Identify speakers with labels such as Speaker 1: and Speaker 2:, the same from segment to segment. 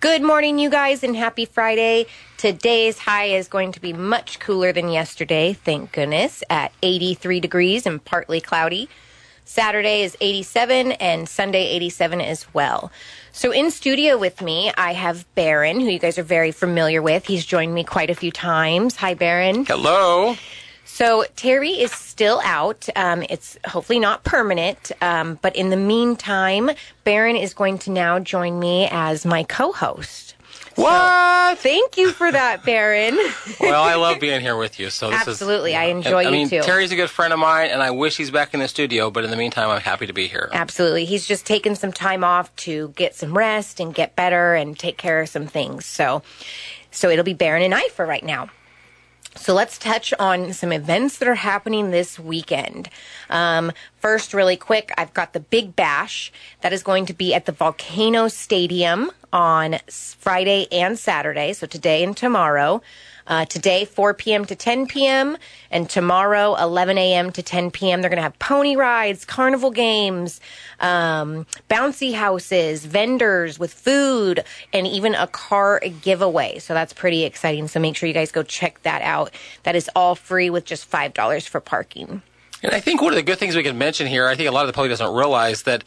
Speaker 1: Good morning, you guys, and happy Friday. Today's high is going to be much cooler than yesterday, thank goodness, at 83 degrees and partly cloudy. Saturday is 87 and Sunday 87 as well. So in studio with me, I have Baron, who you guys are very familiar with. He's joined me quite a few times. Hi, Baron.
Speaker 2: Hello.
Speaker 1: So Terry is still out. Um, it's hopefully not permanent, um, but in the meantime, Baron is going to now join me as my co-host.
Speaker 2: What?
Speaker 1: Uh, Thank you for that, Baron.
Speaker 2: well, I love being here with you. So this
Speaker 1: Absolutely,
Speaker 2: is,
Speaker 1: I enjoy
Speaker 2: I
Speaker 1: you
Speaker 2: mean,
Speaker 1: too.
Speaker 2: Terry's a good friend of mine, and I wish he's back in the studio. But in the meantime, I'm happy to be here.
Speaker 1: Absolutely. He's just taken some time off to get some rest and get better and take care of some things. So, so it'll be Baron and I for right now. So let's touch on some events that are happening this weekend. Um, first, really quick, I've got the Big Bash that is going to be at the Volcano Stadium on s- Friday and Saturday. So today and tomorrow. Uh, today, 4 p.m. to 10 p.m. and tomorrow, 11 a.m. to 10 p.m. They're going to have pony rides, carnival games, um, bouncy houses, vendors with food, and even a car giveaway. So that's pretty exciting. So make sure you guys go check that out. That is all free with just $5 for parking.
Speaker 2: And I think one of the good things we can mention here, I think a lot of the public doesn't realize that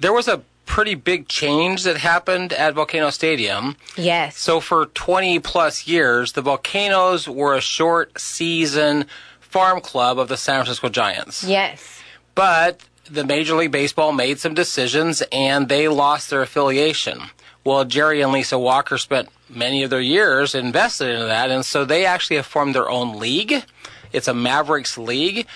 Speaker 2: there was a pretty big change that happened at Volcano Stadium.
Speaker 1: Yes.
Speaker 2: So for 20 plus years, the Volcanoes were a short season farm club of the San Francisco Giants.
Speaker 1: yes.
Speaker 2: But the Major League Baseball made some decisions and they lost their affiliation. Well, Jerry and Lisa Walker spent many of their years invested in that, and so they actually have formed their own league. It's a Mavericks league,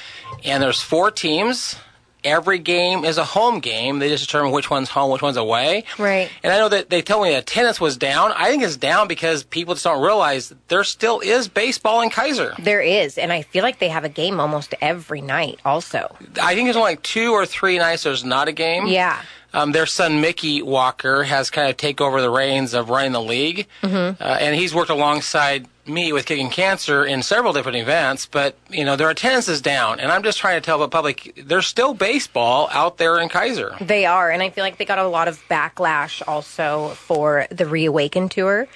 Speaker 2: and there's four teams. Every game is a home game. They just determine which one's home, which one's away.
Speaker 1: Right.
Speaker 2: And I know that they told me attendance was down. I think it's down because people just don't realize there still is baseball in Kaiser.
Speaker 1: There is. And I feel like they have a game almost every night also.
Speaker 2: I think there's only like two or three nights there's not a game.
Speaker 1: Yeah.
Speaker 2: Um, their son Mickey Walker has kind of take over the reins of running the league, mm-hmm. uh, and he's worked alongside me with Kicking Cancer in several different events. But you know their attendance is down, and I'm just trying to tell the public there's still baseball out there in Kaiser.
Speaker 1: They are, and I feel like they got a lot of backlash also for the Reawaken tour,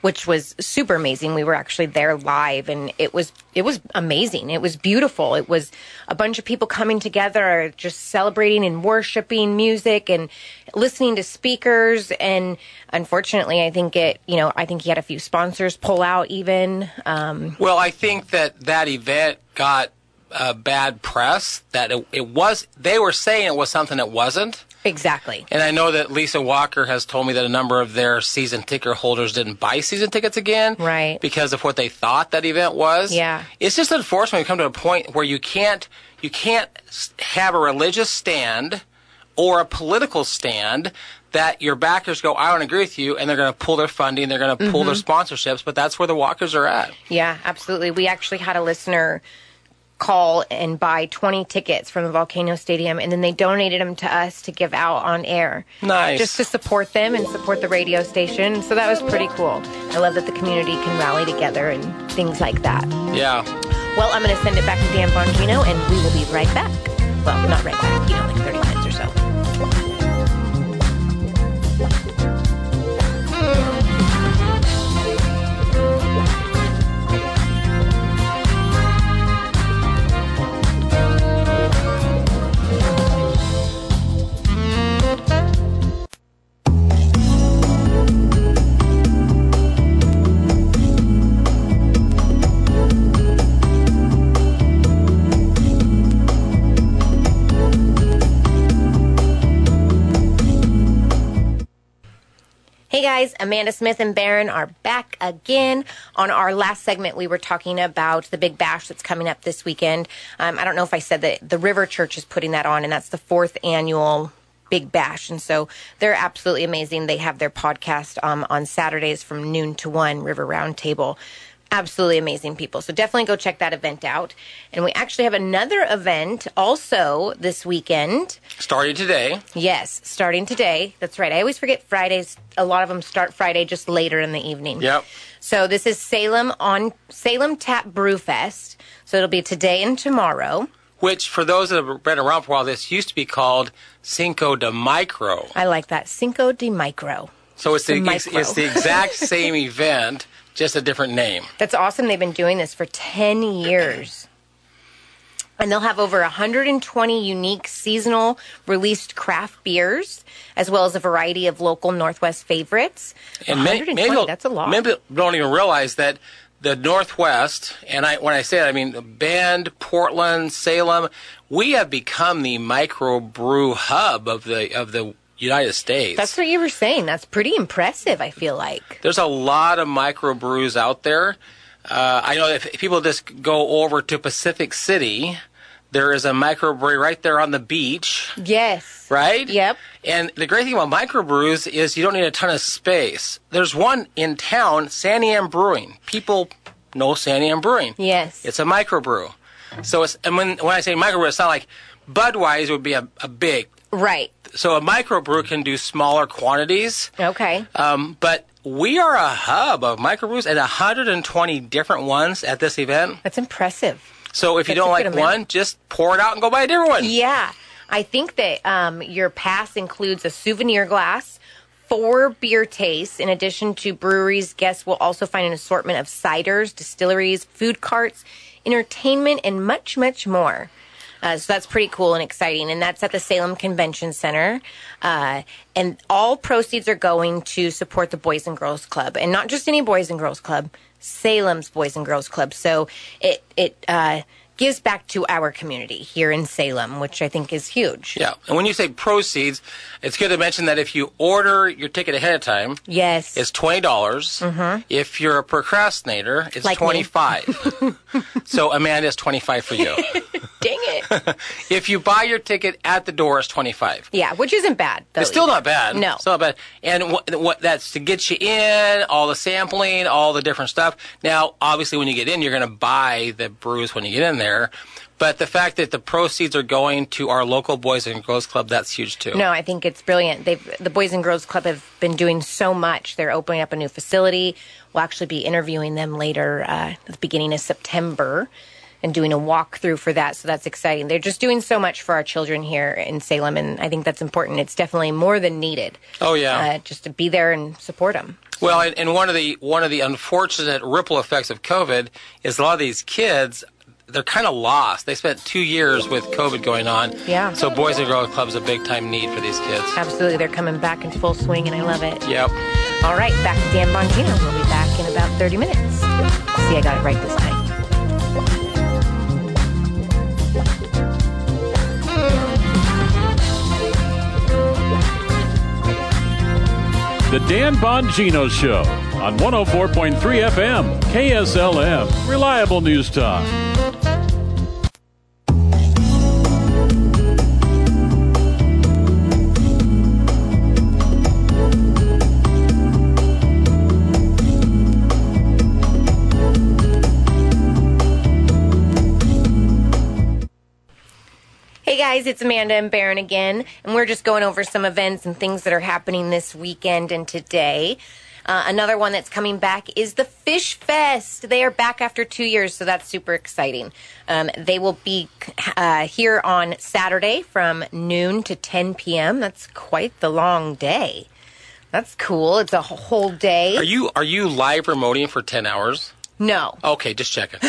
Speaker 1: which was super amazing. We were actually there live, and it was it was amazing. It was beautiful. It was a bunch of people coming together, just celebrating and worshiping music and listening to speakers. And unfortunately, I think it you know I think he had a few sponsors pull out even. Um,
Speaker 2: Well, I think that that event got uh, bad press. That it, it was they were saying it was something it wasn't.
Speaker 1: exactly.
Speaker 2: And I know that Lisa Walker has told me that a number of their season ticket holders didn't buy season tickets again.
Speaker 1: Right.
Speaker 2: Because of what they thought that event was.
Speaker 1: Yeah.
Speaker 2: It's just unfortunate we come to a point where you can't you can't s- have a religious stand or a political stand that your backers go, I don't agree with you, and they're going to pull their funding, they're going to pull
Speaker 1: Mm-hmm.
Speaker 2: their sponsorships, but that's where the walkers are at.
Speaker 1: Yeah, absolutely. We actually had a listener call and buy 20 tickets from the Volcano Stadium, and then they donated them to us to give out on air.
Speaker 2: Nice.
Speaker 1: Just to support them and support the radio station. So that was pretty cool. I love that the community can rally together and things like that.
Speaker 2: Yeah.
Speaker 1: Well, I'm going to send it back to Dan Bongino, and we will be right back. Well, not right back, you know, like 30 minutes or so. Hey guys, Amanda Smith and Barron are back again. On our last segment, we were talking about the big bash that's coming up this weekend. Um, I don't know if I said that the River Church is putting that on, and that's the fourth annual big bash. And so they're absolutely amazing. They have their podcast um, on Saturdays from noon to one, River Roundtable. Absolutely amazing people. So definitely go check that event out. And we actually have another event also this weekend.
Speaker 2: Started today.
Speaker 1: Yes, starting today. That's right. I always forget Fridays. A lot of them start Friday just later in the evening.
Speaker 2: Yep.
Speaker 1: So this is Salem on Salem Tap Brew Fest. So it'll be today and tomorrow.
Speaker 2: Which, for those that have been around for a while, this used to be called Cinco de Micro.
Speaker 1: I like that Cinco de Micro.
Speaker 2: So it's the,
Speaker 1: The
Speaker 2: ex-
Speaker 1: micro.
Speaker 2: it's the exact same event, just a different name.
Speaker 1: That's awesome. They've been doing this for 10 years. And they'll have over 120 unique seasonal released craft beers, as well as a variety of local Northwest favorites.
Speaker 2: And may-
Speaker 1: 120,
Speaker 2: maybe
Speaker 1: that's a lot.
Speaker 2: Maybe people don't even realize that the Northwest, and I when I say that, I mean Bend, Portland, Salem. We have become the microbrew hub of the of the United States.
Speaker 1: that's what you were saying. That's pretty impressive, I feel like.
Speaker 2: There's a lot of microbrews out there. Uh, I know if, if people just go over to Pacific City, there is a microbrewery right there on the beach,
Speaker 1: Yes.
Speaker 2: right?
Speaker 1: Yep.
Speaker 2: And the great thing about microbrews is you don't need a ton of space. There's one in town, Saniam Brewing. People know Saniam Brewing.
Speaker 1: Yes.
Speaker 2: It's a microbrew. So it's and when when I say microbrew, it's not like Budweiser would be a, a big.
Speaker 1: right.
Speaker 2: So a microbrew can do smaller quantities.
Speaker 1: Okay.
Speaker 2: Um, but we are a hub of microbrews and 120 different ones at this event.
Speaker 1: That's impressive.
Speaker 2: So if you
Speaker 1: That's
Speaker 2: don't
Speaker 1: a
Speaker 2: like
Speaker 1: good amount.
Speaker 2: one, just pour it out and go buy a different one.
Speaker 1: Yeah. I think that um, your pass includes a souvenir glass, four beer tastes. In addition to breweries, guests will also find an assortment of ciders, distilleries, food carts, entertainment, and much, much more. Uh, so that's pretty cool and exciting. And that's at the Salem Convention Center. Uh, and all proceeds are going to support the Boys and Girls Club. And not just any Boys and Girls Club, Salem's Boys and Girls Club. So it, it, uh, gives back to our community here in Salem, which I think is huge.
Speaker 2: Yeah. And when you say proceeds, it's good to mention that if you order your ticket ahead of time,
Speaker 1: Yes.
Speaker 2: it's twenty dollars. If you're a procrastinator, it's
Speaker 1: Mm-hmm. Like me.
Speaker 2: twenty five. so Amanda, it's twenty five for you.
Speaker 1: Dang it.
Speaker 2: if you buy your ticket at the door, it's twenty five.
Speaker 1: yeah, which isn't bad. Though,
Speaker 2: It's still
Speaker 1: either.
Speaker 2: not bad.
Speaker 1: No.
Speaker 2: still not bad. And what, what that's to get you in, all the sampling, all the different stuff. Now, obviously, when you get in, you're going to buy the brews when you get in there. But the fact that the proceeds are going to our local boys and girls club, that's huge too.
Speaker 1: No, I think it's brilliant. They've the Boys and Girls Club have been doing so much. They're opening up a new facility. We'll actually be interviewing them later uh, at the beginning of September and doing a walkthrough for that. So that's exciting. They're just doing so much for our children here in Salem, and I think that's important. It's definitely more than needed.
Speaker 2: Oh, yeah.
Speaker 1: uh, just to be there and support them.
Speaker 2: Well, and, and one of the one of the unfortunate ripple effects of COVID is a lot of these kids. They're kind of lost. They spent two years with COVID going on.
Speaker 1: Yeah.
Speaker 2: So, Boys and Girls Club's a big time need for these kids.
Speaker 1: Absolutely, they're coming back in full swing, and I love it.
Speaker 2: Yep.
Speaker 1: All right, back to Dan Bongino. We'll be back in about 30 minutes. See, I got it right this time.
Speaker 3: The Dan Bongino Show on 104.3 FM, KSLM, Reliable News Talk.
Speaker 1: Hey guys, it's Amanda and Baron again, and we're just going over some events and things that are happening this weekend and today. Uh, another one that's coming back is the Fish Fest. They are back after two years, so that's super exciting. Um, they will be uh, here on Saturday from noon to 10 p.m. That's quite the long day. That's cool. It's a whole day.
Speaker 2: Are you are you live remoting for ten hours?
Speaker 1: no.
Speaker 2: Okay, just checking.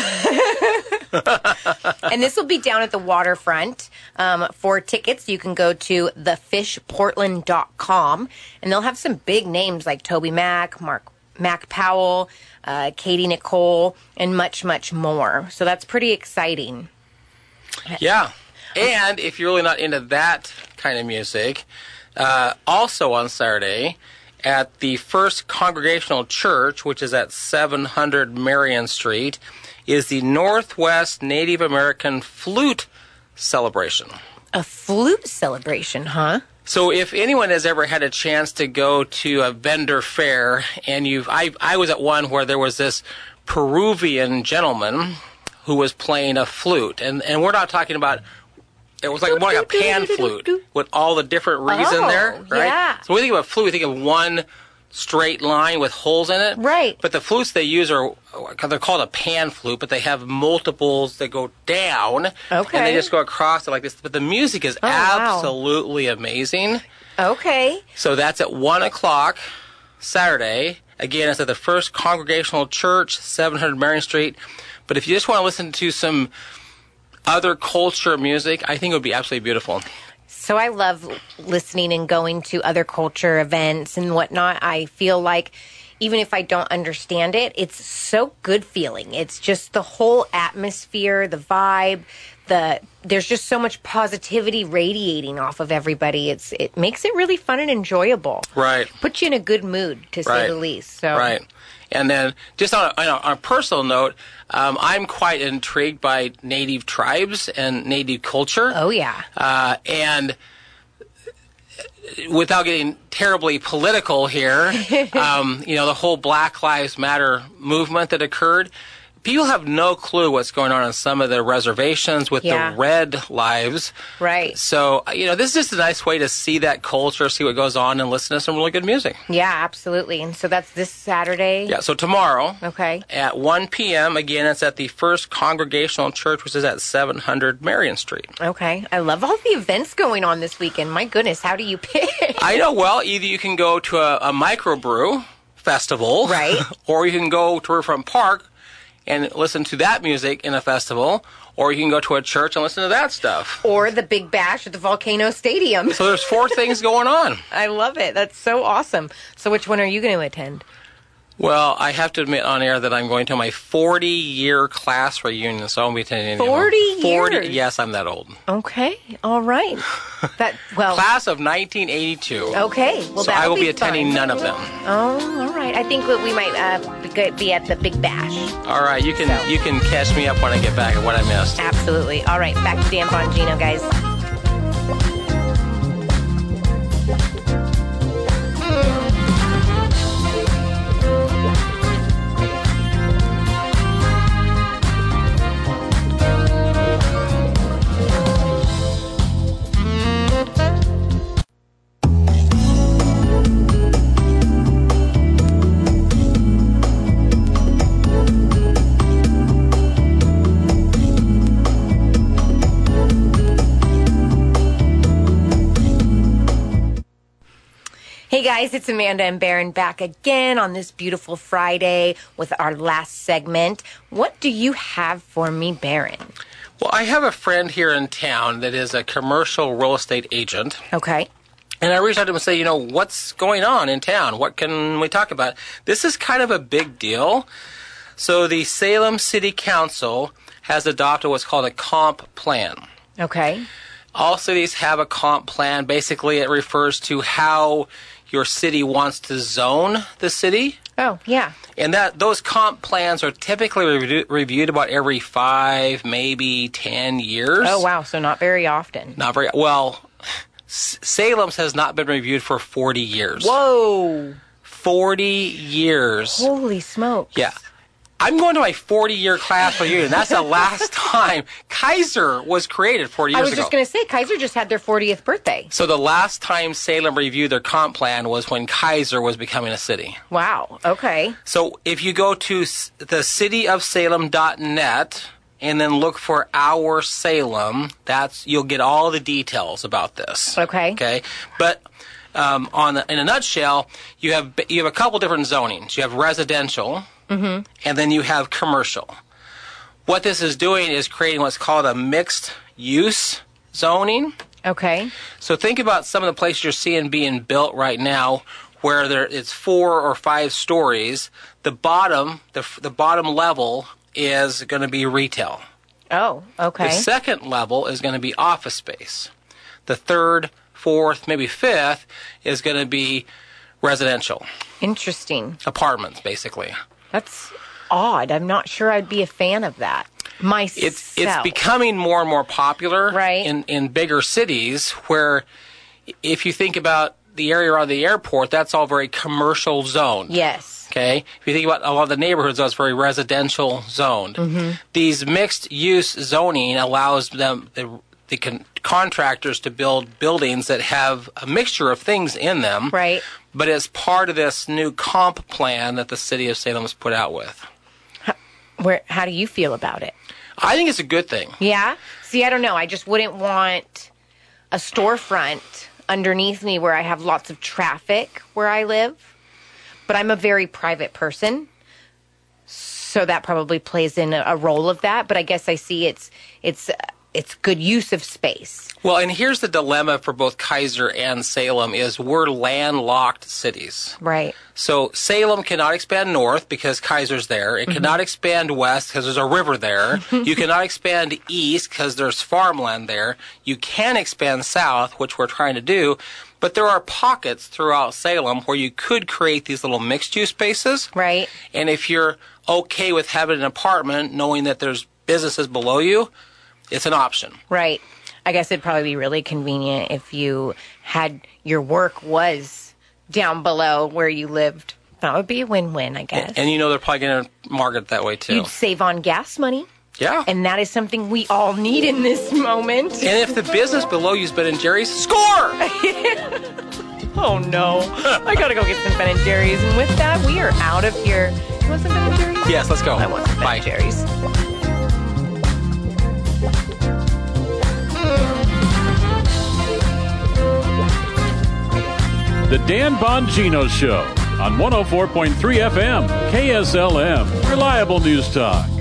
Speaker 1: and this will be down at the waterfront. Um, for tickets, you can go to thefishportland.com, and they'll have some big names like Toby Mack, Mark Mac Powell, uh, Katie Nicole, and much, much more. So that's pretty exciting.
Speaker 2: Yeah. And if you're really not into that kind of music, uh, also on Saturday at the First Congregational Church, which is at 700 Marion Street, is the Northwest Native American Flute Celebration.
Speaker 1: A flute celebration, huh?
Speaker 2: So, if anyone has ever had a chance to go to a vendor fair, and you've, I, I was at one where there was this Peruvian gentleman who was playing a flute, and, and we're not talking about, it was like more like a pan flute with all the different reeds in there,
Speaker 1: Oh,
Speaker 2: right?
Speaker 1: yeah.
Speaker 2: So, when we think of a flute, we think of one straight line with holes in it.
Speaker 1: Right.
Speaker 2: But the flutes they use are, they're called a pan flute, but they have multiples that go down. And
Speaker 1: Okay.
Speaker 2: they just go across it like this. But the music is
Speaker 1: Oh, wow.
Speaker 2: absolutely amazing.
Speaker 1: Okay.
Speaker 2: So that's at one o'clock Saturday. Again, it's at the First Congregational Church, 700 Marion Street. But if you just want to listen to some other culture music, I think it would be absolutely beautiful.
Speaker 1: So I love listening and going to other culture events and whatnot. I feel like even if I don't understand it, it's so good feeling. It's just the whole atmosphere, the vibe, the there's just so much positivity radiating off of everybody. It's it makes it really fun and enjoyable.
Speaker 2: Right.
Speaker 1: Puts you in a good mood to say
Speaker 2: Right.
Speaker 1: the least. So
Speaker 2: Right. And then, just on a, on a, on a personal note, um, I'm quite intrigued by native tribes and native culture.
Speaker 1: Oh yeah.
Speaker 2: Uh, and without getting terribly political here, um, you know, the whole Black Lives Matter movement that occurred, people have no clue what's going on on some of the reservations with
Speaker 1: Yeah.
Speaker 2: the red lives.
Speaker 1: Right.
Speaker 2: So, uh, you know, this is just a nice way to see that culture, see what goes on, and listen to some really good music.
Speaker 1: Yeah, absolutely. And so that's this Saturday.
Speaker 2: Yeah, so tomorrow.
Speaker 1: Okay.
Speaker 2: At 1 p.m., again, it's at the First Congregational Church, which is at 700 Marion Street.
Speaker 1: Okay. I love all the events going on this weekend. My goodness, how do you pick?
Speaker 2: I know. Well, either you can go to a, a microbrew festival,
Speaker 1: Right.
Speaker 2: or you can go to Riverfront Park and listen to that music in a festival, or you can go to a church and listen to that stuff.
Speaker 1: or the Big Bash at the Volcano Stadium.
Speaker 2: So there's four things going on.
Speaker 1: I love it. That's so awesome. So which one are you going to attend?
Speaker 2: Well, I have to admit on air that I'm going to my 40 year class reunion, so I'll be attending.
Speaker 1: 40 years?
Speaker 2: Yes, I'm that old.
Speaker 1: Okay. All right. That well
Speaker 2: Class of 1982.
Speaker 1: Okay. Oh, Well,
Speaker 2: so
Speaker 1: that'll
Speaker 2: I will be,
Speaker 1: be
Speaker 2: attending
Speaker 1: fun.
Speaker 2: none of them.
Speaker 1: Oh, all right. I think that we might uh, be good- be at the Big Bash.
Speaker 2: All right, you can you can catch me up when I get back at what I missed.
Speaker 1: Absolutely. All right. Back to Dan Bongino, guys. Hey guys, it's Amanda and Baron back again on this beautiful Friday with our last segment. What do you have for me, Baron?
Speaker 2: Well, I have a friend here in town that is a commercial real estate agent.
Speaker 1: Okay.
Speaker 2: And I reached out to him and say, you know, what's going on in town? What can we talk about? This is kind of a big deal. So the Salem City Council has adopted what's called a comp plan.
Speaker 1: Okay.
Speaker 2: All cities have a comp plan. Basically, it refers to how your city wants to zone the city.
Speaker 1: Oh, yeah.
Speaker 2: And that those comp plans are typically revu- reviewed about every five, maybe ten years.
Speaker 1: Oh, wow. So not very often.
Speaker 2: Not very well. S- Salem's has not been reviewed for 40 years.
Speaker 1: Whoa.
Speaker 2: 40 years.
Speaker 1: Holy smoke.
Speaker 2: Yeah. I'm going to my 40 year class reunion. that's the last time Kaiser was created 40 years
Speaker 1: I was
Speaker 2: ago.
Speaker 1: just going to say, Kaiser just had their 40th birthday.
Speaker 2: so the last time Salem reviewed their comp plan was when Kaiser was becoming a city.
Speaker 1: Wow. Okay.
Speaker 2: So if you go to s- the cityofsalem.net and then look for our Salem, that's you'll get all the details about this.
Speaker 1: Okay.
Speaker 2: Okay. But um, on the, in a nutshell, you have you have a couple different zonings. You have residential, and then you have commercial. What this is doing is creating what's called a mixed use zoning.
Speaker 1: Okay.
Speaker 2: So think about some of the places you're seeing being built right now, where there it's four or five stories. The bottom, the f- the bottom level is going to be retail.
Speaker 1: Oh, okay.
Speaker 2: The second level is going to be office space. The third, fourth, maybe fifth is going to be residential
Speaker 1: Interesting.
Speaker 2: apartments, basically.
Speaker 1: That's odd. I'm not sure I'd be a fan of that myself.
Speaker 2: it's it's becoming more and more popular
Speaker 1: Right.
Speaker 2: in in bigger cities where if you think about the area around the airport that's all very commercial zoned
Speaker 1: yes.
Speaker 2: okay if you think about a lot of the neighborhoods that's very residential zoned these mixed use zoning allows them the, the con- contractors to build buildings that have a mixture of things in them
Speaker 1: Right.
Speaker 2: but it's part of this new comp plan that the city of salem has put out with
Speaker 1: Where? How do you feel about it?
Speaker 2: i think it's a good thing
Speaker 1: Yeah. See, I don't know. I just wouldn't want a storefront underneath me where I have lots of traffic where I live. But I'm a very private person. So that probably plays in a, a role of that, but I guess I see it's it's uh, it's good use of space.
Speaker 2: Well, and here's the dilemma for both Kaiser and Salem is we're landlocked cities.
Speaker 1: Right.
Speaker 2: So Salem cannot expand north because Kaiser's there.
Speaker 1: Mm-hmm.
Speaker 2: It cannot expand west because there's a river there. you cannot expand east because there's farmland there. You can expand south, which we're trying to do, but there are pockets throughout Salem where you could create these little mixed use spaces.
Speaker 1: Right.
Speaker 2: And if you're okay with having an apartment knowing that there's businesses below you, it's an option.
Speaker 1: Right. I guess it'd probably be really convenient if you had your work was down below where you lived. That would be a win-win, I guess.
Speaker 2: And you know they're probably going to market that way too.
Speaker 1: You'd save on gas money.
Speaker 2: yeah. And,
Speaker 1: And that is something we all need in this moment.
Speaker 2: if the business below you's Ben and Jerry's, score!
Speaker 1: Oh no. I gotta go get some Ben and Jerry's. And with that, we are out of here. You want some Ben and Jerry's?
Speaker 2: yes, let's go.
Speaker 1: I want some Ben
Speaker 2: Bye.
Speaker 1: and Jerry's.
Speaker 3: The Dan oh Bongino Show on 104.3 FM, KSLM, Reliable News Talk.